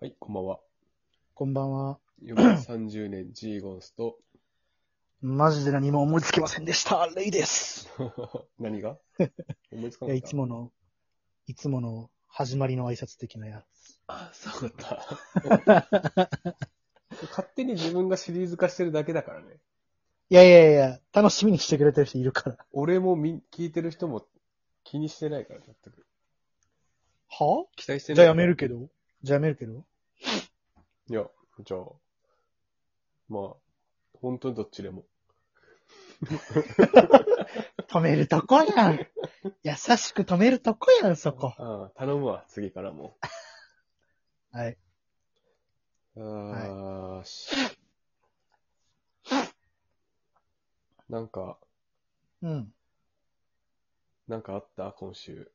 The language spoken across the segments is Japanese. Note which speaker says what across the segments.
Speaker 1: はい、こんばんは。
Speaker 2: こんばんは。
Speaker 1: 4番30年ジーゴンスと、
Speaker 2: マジで何も思いつきませんでした。レイです。
Speaker 1: 何 が思いつか
Speaker 2: い
Speaker 1: な
Speaker 2: や、
Speaker 1: かっ
Speaker 2: い
Speaker 1: た。
Speaker 2: つもの、いつもの始まりの挨拶的なやつ。
Speaker 1: あ、そうだった。 勝手に自分がシリーズ化してるだけだからね。
Speaker 2: いやいやいや、楽しみにしてくれてる人いるから。
Speaker 1: 俺もみ聞いてる人も気にしてないから、全く。
Speaker 2: は
Speaker 1: 期待して
Speaker 2: じ
Speaker 1: な
Speaker 2: ゃ
Speaker 1: い。
Speaker 2: あやめるけどじゃあやめるけど
Speaker 1: いや、じゃあ、まあ、本当にどっちでも。
Speaker 2: 止めるとこやん。優しく止めるとこやん、そこ。
Speaker 1: ああ、頼むわ、次からも。
Speaker 2: はい。
Speaker 1: あー、し。なんか、
Speaker 2: うん。
Speaker 1: なんかあった今週。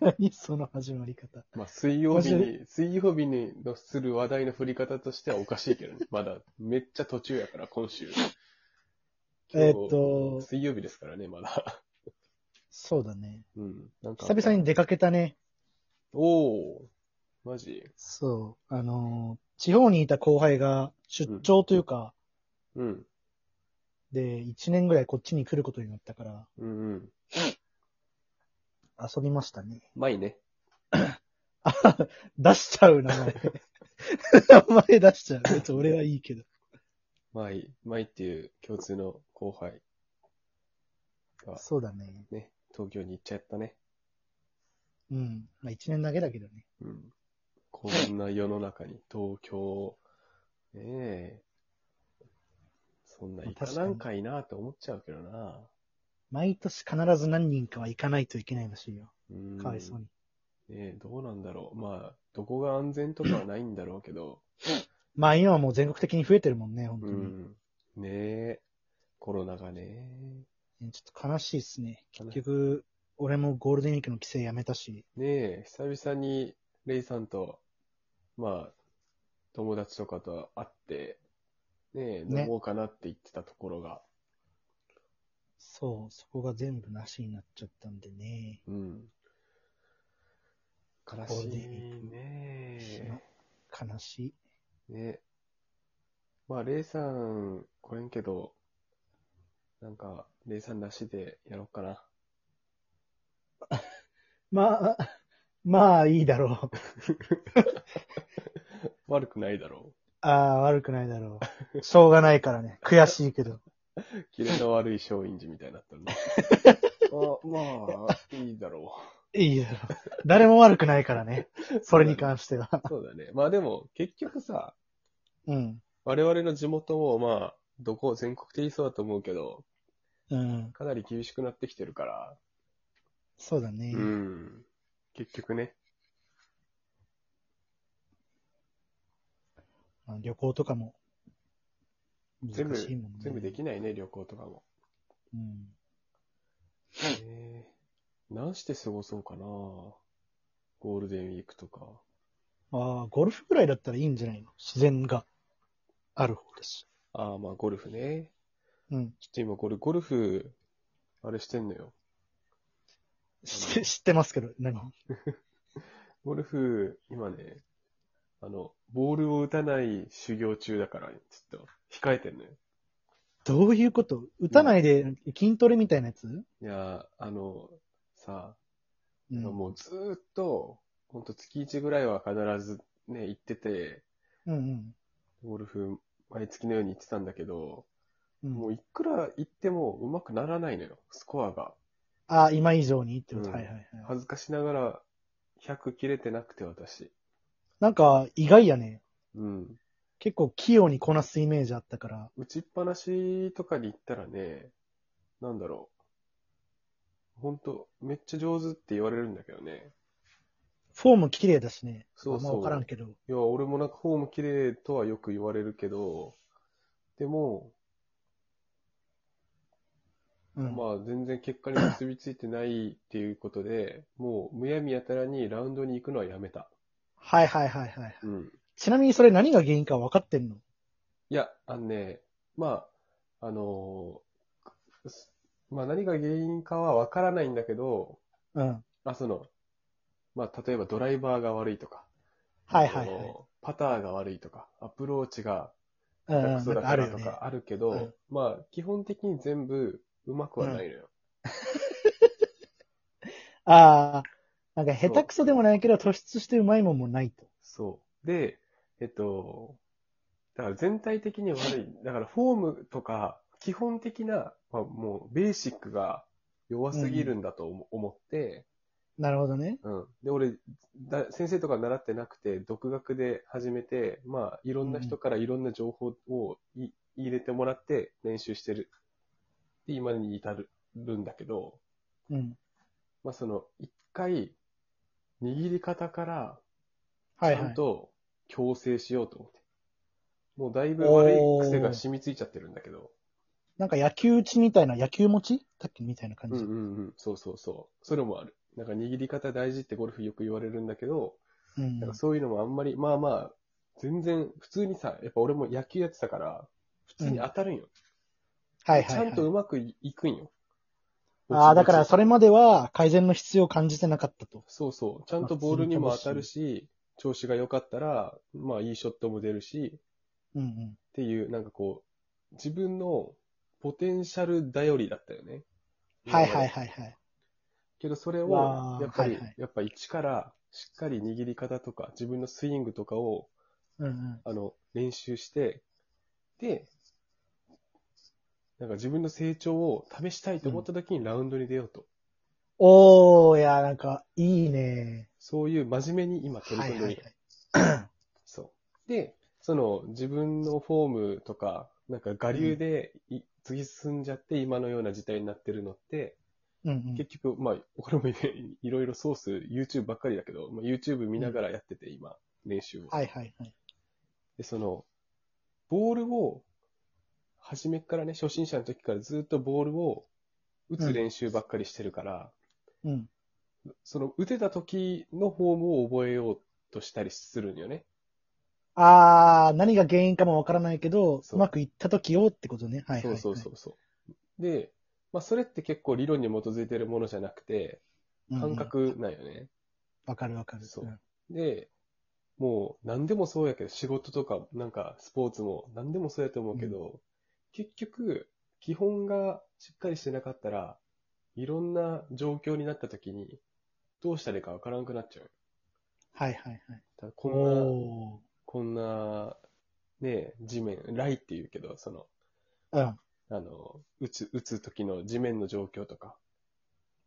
Speaker 2: 何その始まり方。
Speaker 1: まあ、水曜日
Speaker 2: マ
Speaker 1: に、水曜日にのする話題の振り方としてはおかしいけどね。まだ、めっちゃ途中やから、今週。
Speaker 2: えーっと
Speaker 1: 水曜日ですからね、まだ。
Speaker 2: そうだね。
Speaker 1: うん。なんか。
Speaker 2: 久々に。出かけたね。
Speaker 1: おおマジ
Speaker 2: そう。あのー地方にいた後輩が出張というか、
Speaker 1: うん。
Speaker 2: で、1年ぐらいこっちに来ることになったから、
Speaker 1: うんうん。
Speaker 2: 遊びましたね。
Speaker 1: まあいいね。
Speaker 2: 出しちゃう、名前。名前出しちゃう。別に俺はいいけど。
Speaker 1: まあいい。まあいいっていう共通の後輩が、
Speaker 2: そうだね。
Speaker 1: ね、東京に行っちゃったね。
Speaker 2: うん。まあ一年だけだけどね。
Speaker 1: うん。こんな世の中に、東京、ねえ。そんな行かなんかいなって思っちゃうけどな。
Speaker 2: 毎年必ず何人かは行かないといけないらしいよ。かわいそうに。
Speaker 1: うんねえ、どうなんだろう。まあ、どこが安全とかはないんだろうけど、
Speaker 2: まあ今はもう全国的に増えてるもんね、本当
Speaker 1: う
Speaker 2: に。
Speaker 1: ん。ねえ、コロナがね。
Speaker 2: ねちょっと悲しいっすね。
Speaker 1: 悲しい
Speaker 2: 結局、俺もゴールデンウィークの規制やめたし。
Speaker 1: ねえ、久々に、レイさんと、まあ、友達とかと会って、ねえ、
Speaker 2: ね
Speaker 1: 飲もうかなって言ってたところが、
Speaker 2: そう、そこが全部なしになっちゃったんでね。
Speaker 1: うん。悲
Speaker 2: ゴー
Speaker 1: し
Speaker 2: ル
Speaker 1: い
Speaker 2: デンウィーク
Speaker 1: ねえ。
Speaker 2: 悲しい。
Speaker 1: ね。まあ、レイさん、来れんけど、なんか、レイさんなしでやろうかな。
Speaker 2: まあ、まあいいだろう。
Speaker 1: 悪くないだろ
Speaker 2: ああ、悪くないだろう。しょうがないからね。悔しいけど。
Speaker 1: う。キレの悪い松陰寺みたいになったね。 あ、まあ、いいだろ
Speaker 2: いいよ。誰も悪くないからね。 それに関しては。
Speaker 1: う。そうだね。まあでも、結局さ、
Speaker 2: うん。
Speaker 1: 我々の地元も、まあ、どこ、全国的にそうだと思うけど、
Speaker 2: うん。
Speaker 1: かなり厳しくなってきてるから、
Speaker 2: そうだね。
Speaker 1: うん。結局ね。
Speaker 2: まあ、旅行とかも。
Speaker 1: 全部
Speaker 2: 難しいもんね。
Speaker 1: 全部できないね、旅行とかも。
Speaker 2: うん。
Speaker 1: えー、何して過ごそうかなゴールデンウィークとか。
Speaker 2: ああ、ゴルフぐらいだったらいいんじゃないの自然がある方だし。
Speaker 1: ああ、まあゴルフね。
Speaker 2: うん。
Speaker 1: ちょっと今これゴルフ、あれしてんのよ。
Speaker 2: し知ってますけど、何
Speaker 1: ゴルフ、今ね、あの、ボールを打たない修行中だから、ちょっと、控えてんのよ。
Speaker 2: どういうこと打たないで筋トレみたいなやつ
Speaker 1: いやー、あの、さ、
Speaker 2: うん。
Speaker 1: もうずーっと、ほんと月1ぐらいは必ずね、行ってて、
Speaker 2: うんうん。
Speaker 1: ゴルフ、毎月のように行ってたんだけど、
Speaker 2: うん、
Speaker 1: もういくら行っても上手くならないのよ、スコアが。
Speaker 2: ああ、今以上にってこと、
Speaker 1: うん
Speaker 2: はいはいはい。
Speaker 1: 恥ずかしながら、100切れてなくて私。
Speaker 2: なんか、意外やね。
Speaker 1: うん。
Speaker 2: 結構器用にこなすイメージあったから。
Speaker 1: 打ちっぱなしとかに行ったらね、なんだろう。ほんと、めっちゃ上手って言われるんだけどね。
Speaker 2: フォーム綺麗だしね。
Speaker 1: そうそう
Speaker 2: あんまわからんけど。
Speaker 1: いや、俺もなんかフォーム綺麗とはよく言われるけど、でも、
Speaker 2: うん。
Speaker 1: まあ全然結果に結びついてないっていうことで、もうむやみやたらにラウンドに行くのはやめた。
Speaker 2: はいはいはいはい。
Speaker 1: うん。
Speaker 2: ちなみにそれ何が原因か分かってんの
Speaker 1: いや、あのね、まあ、あのーすまあ何が原因かはわからないんだけど、
Speaker 2: うん。
Speaker 1: あ、その、まあ例えばドライバーが悪いとか、
Speaker 2: はいはいはい
Speaker 1: あのパターが悪いとか、アプローチが
Speaker 2: うん
Speaker 1: 下手くそ
Speaker 2: な
Speaker 1: だ
Speaker 2: んかあ
Speaker 1: か
Speaker 2: る
Speaker 1: ら
Speaker 2: よ
Speaker 1: と
Speaker 2: ね。
Speaker 1: かあるけど、
Speaker 2: うん
Speaker 1: まあ、基本的に全部うまくはないのよ。
Speaker 2: ああ、なんか下手くそでもないけど、突出してうまいもんもないと。
Speaker 1: そう。で、えっと、だから全体的に悪い。だからフォームとか、基本的な、まあ、もうベーシックが弱すぎるんだと思思って、
Speaker 2: なるほどね。
Speaker 1: うん。で、俺だ、先生とか習ってなくて、独学で始めて、まあ、いろんな人からいろんな情報をい入れてもらって練習してる。で、今に至るんだけど、
Speaker 2: うん。
Speaker 1: まあ、その、一回、握り方から
Speaker 2: は
Speaker 1: ち
Speaker 2: い
Speaker 1: ゃ
Speaker 2: は
Speaker 1: ん
Speaker 2: い。
Speaker 1: と矯正しようと思って。もうだいぶ悪い癖が染みついちゃってるんだけど。
Speaker 2: なんか野球打ちみたいな、野球持ちさっきみたいな感
Speaker 1: うん
Speaker 2: じ。
Speaker 1: うんうん。そうそうそう。それもある。なんか握り方大事ってゴルフよく言われるんだけど、
Speaker 2: うん
Speaker 1: なんかそういうのもあんまり、まあまあ、全然、普通にさ、やっぱ俺も野球やってたから、普通に当たるんよ。
Speaker 2: はい
Speaker 1: ち
Speaker 2: は
Speaker 1: ゃ
Speaker 2: い、
Speaker 1: んと
Speaker 2: はい。
Speaker 1: うまくいいくんよ。
Speaker 2: ああ、だからそれ
Speaker 1: も。
Speaker 2: までは改善の必要を感じてなかったと。
Speaker 1: そうそう。ちゃんとボールにも当たるし、調子が良かったら、まあいいショットも出るし、
Speaker 2: うんうん。
Speaker 1: っていう、なんかこう、自分のポテンシャル頼りだったよね。
Speaker 2: はいはいはいはい。
Speaker 1: けどそれ
Speaker 2: わ
Speaker 1: を
Speaker 2: ー、
Speaker 1: やっぱり、
Speaker 2: はいはい
Speaker 1: やっぱ一から、しっかり握り方とか、自分のスイングとかを、
Speaker 2: うんうん。
Speaker 1: あの、練習して、で、なんか自分の成長を試したいと思った時にラウンドに出ようと。
Speaker 2: おー、いや、なんか、いいね。
Speaker 1: そういう真面目に今取り
Speaker 2: はい
Speaker 1: 組ん
Speaker 2: は
Speaker 1: で
Speaker 2: いは
Speaker 1: る、
Speaker 2: い。
Speaker 1: そう。で、その自分のフォームとか、なんか我流でい、突き進んじゃって今のような事態になってるのって、
Speaker 2: うんうん。
Speaker 1: 結局、まあ、これもねいろいろソース、YouTube ばっかりだけど、まあ、YouTube 見ながらやってて、今、練習を。
Speaker 2: はいはいはい。
Speaker 1: で、その、ボールを、初めっからね、初心者の時からずっとボールを打
Speaker 2: う
Speaker 1: つ
Speaker 2: ん
Speaker 1: 練習ばっかりしてるから、
Speaker 2: うん。
Speaker 1: その打てた時のフォームを覚えようとしたりするんよね。
Speaker 2: ああ、何が原因かもわからないけど、
Speaker 1: そう
Speaker 2: うまくいった時をってことね。はいはい、
Speaker 1: そ
Speaker 2: は
Speaker 1: う
Speaker 2: い。
Speaker 1: そうそうそう。で、まあ、それって結構理論に基づいてるものじゃなくて、
Speaker 2: うんう
Speaker 1: 感
Speaker 2: ん
Speaker 1: 覚なんよね。
Speaker 2: わかるわかる。
Speaker 1: そうんで、もう何でもそうやけど、仕事とか、なんかスポーツも何でもそうやと思うけど、結局、基本がしっかりしてなかったら、いろんな状況になった時に、どうしたらいいかわからんくなっちゃう。
Speaker 2: はいはいはい。
Speaker 1: だからこんな、
Speaker 2: お
Speaker 1: こんな、ね、地面、ライって言うけど、その、
Speaker 2: ー。うん。は
Speaker 1: あの、打つ、打つ時の地面の状況とか、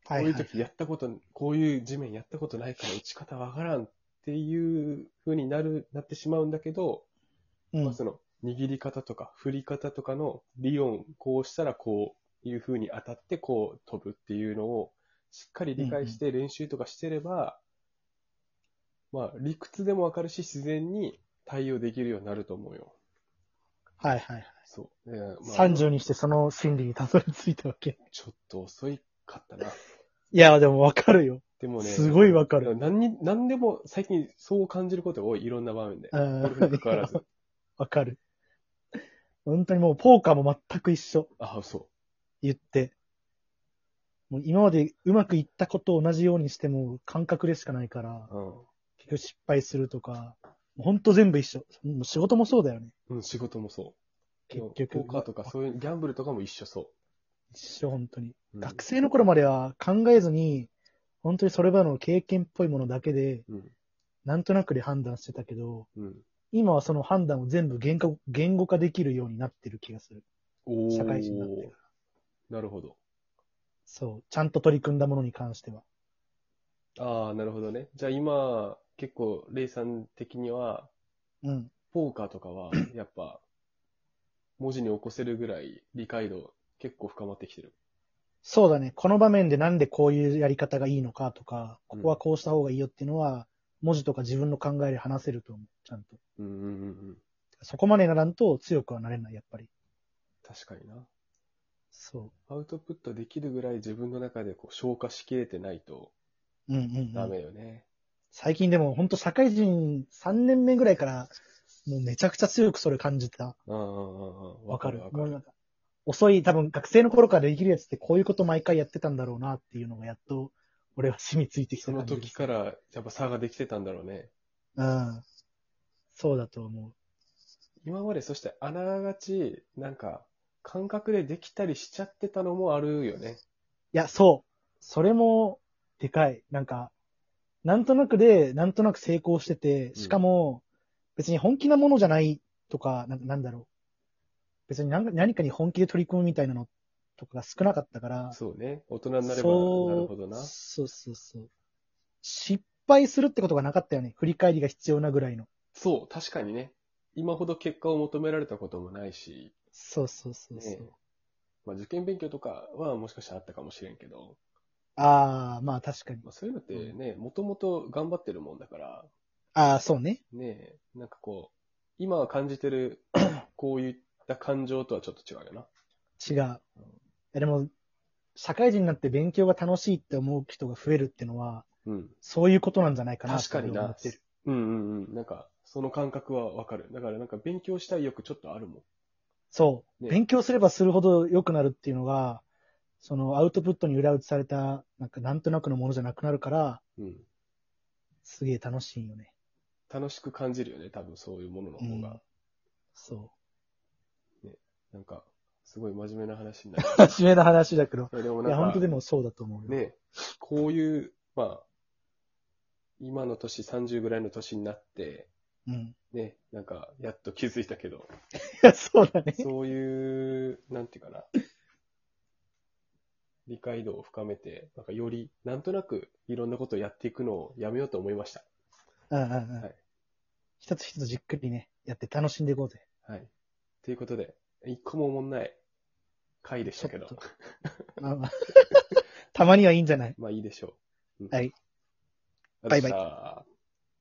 Speaker 1: こう
Speaker 2: い
Speaker 1: い
Speaker 2: は
Speaker 1: う
Speaker 2: い。
Speaker 1: 時やったこと、こういう地面やったことないから打ち方わからんっていう風になる、なってしまうんだけど、
Speaker 2: うん
Speaker 1: まあ、その握り方とか振り方とかの理論、こうしたらこういう風に当たってこう飛ぶっていうのをしっかり理解して練習とかしてれば、まあ理屈でもわかるし自然に対応できるようになると思うよ。
Speaker 2: はいはいはい。
Speaker 1: そう。えーまあ、
Speaker 2: 30にしてその心理にたどり着いたわけ。
Speaker 1: ちょっと遅いかったな。
Speaker 2: いや、でもわかるよ。
Speaker 1: でもね、
Speaker 2: すごいわかる。
Speaker 1: 何に、何でも最近そう感じることが多い、いろんな場面で。
Speaker 2: う
Speaker 1: ゴルフに
Speaker 2: ん。
Speaker 1: 関わらず。
Speaker 2: わかる。本当にもうポーカーも全く一緒。
Speaker 1: あ、そ
Speaker 2: 言って。もう今までうまくいったことを同じようにしても感覚でしかないから、
Speaker 1: う。
Speaker 2: 結局失敗するとか、ほんと全部一緒。もう仕事もそうだよね。
Speaker 1: うん。うん、仕事もそう。
Speaker 2: 結局
Speaker 1: ポーカーとかそういう、ギャンブルとかも一緒そ
Speaker 2: 一緒、本当に。
Speaker 1: う。うん
Speaker 2: 学生の頃までは考えずに、本当にそれまでの経験っぽいものだけで、
Speaker 1: うん。
Speaker 2: なんとなくで判断してたけど、
Speaker 1: うん。
Speaker 2: 今はその判断を全部言語言語化できるようになってる気がする。
Speaker 1: おー
Speaker 2: 社会人になってか
Speaker 1: なるほど。
Speaker 2: そう。ちゃんと取り組んだものに関しては。
Speaker 1: ああ、なるほどね。じゃあ今、結構、レイさん的には、
Speaker 2: うん。
Speaker 1: ポーカーとか は、やっぱ、文字に起こせるぐらい理解度結構深まってきてる。
Speaker 2: そうだね。この場面でなんでこういうやり方がいいのかとか、
Speaker 1: う
Speaker 2: こ
Speaker 1: ん
Speaker 2: こはこうした方がいいよっていうのは、文字とか自分の考えで話せると思う。ちゃんと。
Speaker 1: うんうんうんうん。
Speaker 2: そこまでならんと強くはなれない、やっぱり。
Speaker 1: 確かにな。
Speaker 2: そ
Speaker 1: アウトプットできるぐらい自分の中でこう消化しきれてないと
Speaker 2: う。うんうん、う
Speaker 1: ダ
Speaker 2: ん。
Speaker 1: メよね。
Speaker 2: 最近でも本当社会人3年目ぐらいから、もうめちゃくちゃ強くそれ感じた。
Speaker 1: うんうんうんうん。
Speaker 2: わかる。
Speaker 1: わか
Speaker 2: もう
Speaker 1: る。
Speaker 2: なんか遅い、多分学生の頃からできるやつってこういうこと毎回やってたんだろうなっていうのがやっと、俺は染みついてき
Speaker 1: そ
Speaker 2: た
Speaker 1: の
Speaker 2: 感じで
Speaker 1: 時
Speaker 2: す
Speaker 1: からやっぱ差ができてたんだろうね。
Speaker 2: うん。そうだと思う。
Speaker 1: 今までそしてあながち、なんか、感覚でできたりしちゃってたのもあるよね。
Speaker 2: いや、そう。それも、でかい。なんか、なんとなくで、なんとなく成功してて、しかも、別に本気なものじゃないとか、なんなんだろう。別に何か何かに本気で取り組むみたいなのとかが少なかったから、
Speaker 1: そうね。大人になればな
Speaker 2: そう
Speaker 1: るほどな。
Speaker 2: そうそうそう。失敗するってことがなかったよね。振り返りが必要なぐらいの。
Speaker 1: そう、確かにね。今ほど結果を求められたこともないし、
Speaker 2: そうそうそうそう。
Speaker 1: ねまあ、受験勉強とかはもしかしたらあったかもしれんけど、
Speaker 2: ああ、まあ確かに。
Speaker 1: まあ、そういうのってね、もともと頑張ってるもんだから、
Speaker 2: ああ、そうね。
Speaker 1: ねえ、なんかこう、今は感じて る、こういった感情とはちょっと違うよな。
Speaker 2: 違う。いやでも、社会人になって勉強が楽しいって思う人が増えるってのは、
Speaker 1: うん。
Speaker 2: そういうことなんじゃないかな
Speaker 1: 確かに
Speaker 2: って俺は思
Speaker 1: な
Speaker 2: ってる。。
Speaker 1: うんうんうん。なんか、その感覚はわかる。だからなんか勉強したい欲ちょっとあるもん。
Speaker 2: そう。
Speaker 1: ね
Speaker 2: 勉強すればするほど良くなるっていうのが、そのアウトプットに裏打ちされた、なんかなんとなくのものじゃなくなるから、
Speaker 1: うん。
Speaker 2: すげえ楽しいよね。
Speaker 1: 楽しく感じるよね、多分そういうものの方が。
Speaker 2: うんそ
Speaker 1: なんか、すごい真面目な話 になる。
Speaker 2: う。真面目な話だけど。
Speaker 1: いや、でも
Speaker 2: い
Speaker 1: なん
Speaker 2: や、
Speaker 1: か、
Speaker 2: 本当でもそうだと思うよ。
Speaker 1: ね、こういう、まあ、今の年、30ぐらいの年になって、
Speaker 2: うん。 い
Speaker 1: ね、なんか、やっと気づいたけ ど、
Speaker 2: や、そうだね。
Speaker 1: そういう、なんていうかな、理解度を深めて、なんかより、なんとなくいろんなことをやっていくのをやめようと思いました。
Speaker 2: うんうんうん。
Speaker 1: はい
Speaker 2: 一つ一つじっくりね、やって楽しんでいこうぜ。
Speaker 1: はい。ということで、一個もおもんない回でしたけど
Speaker 2: ちょ、っまあまあ たまにはいいんじゃない
Speaker 1: まあいいでしょう。うん
Speaker 2: は
Speaker 1: あ
Speaker 2: い。
Speaker 1: りがとうございました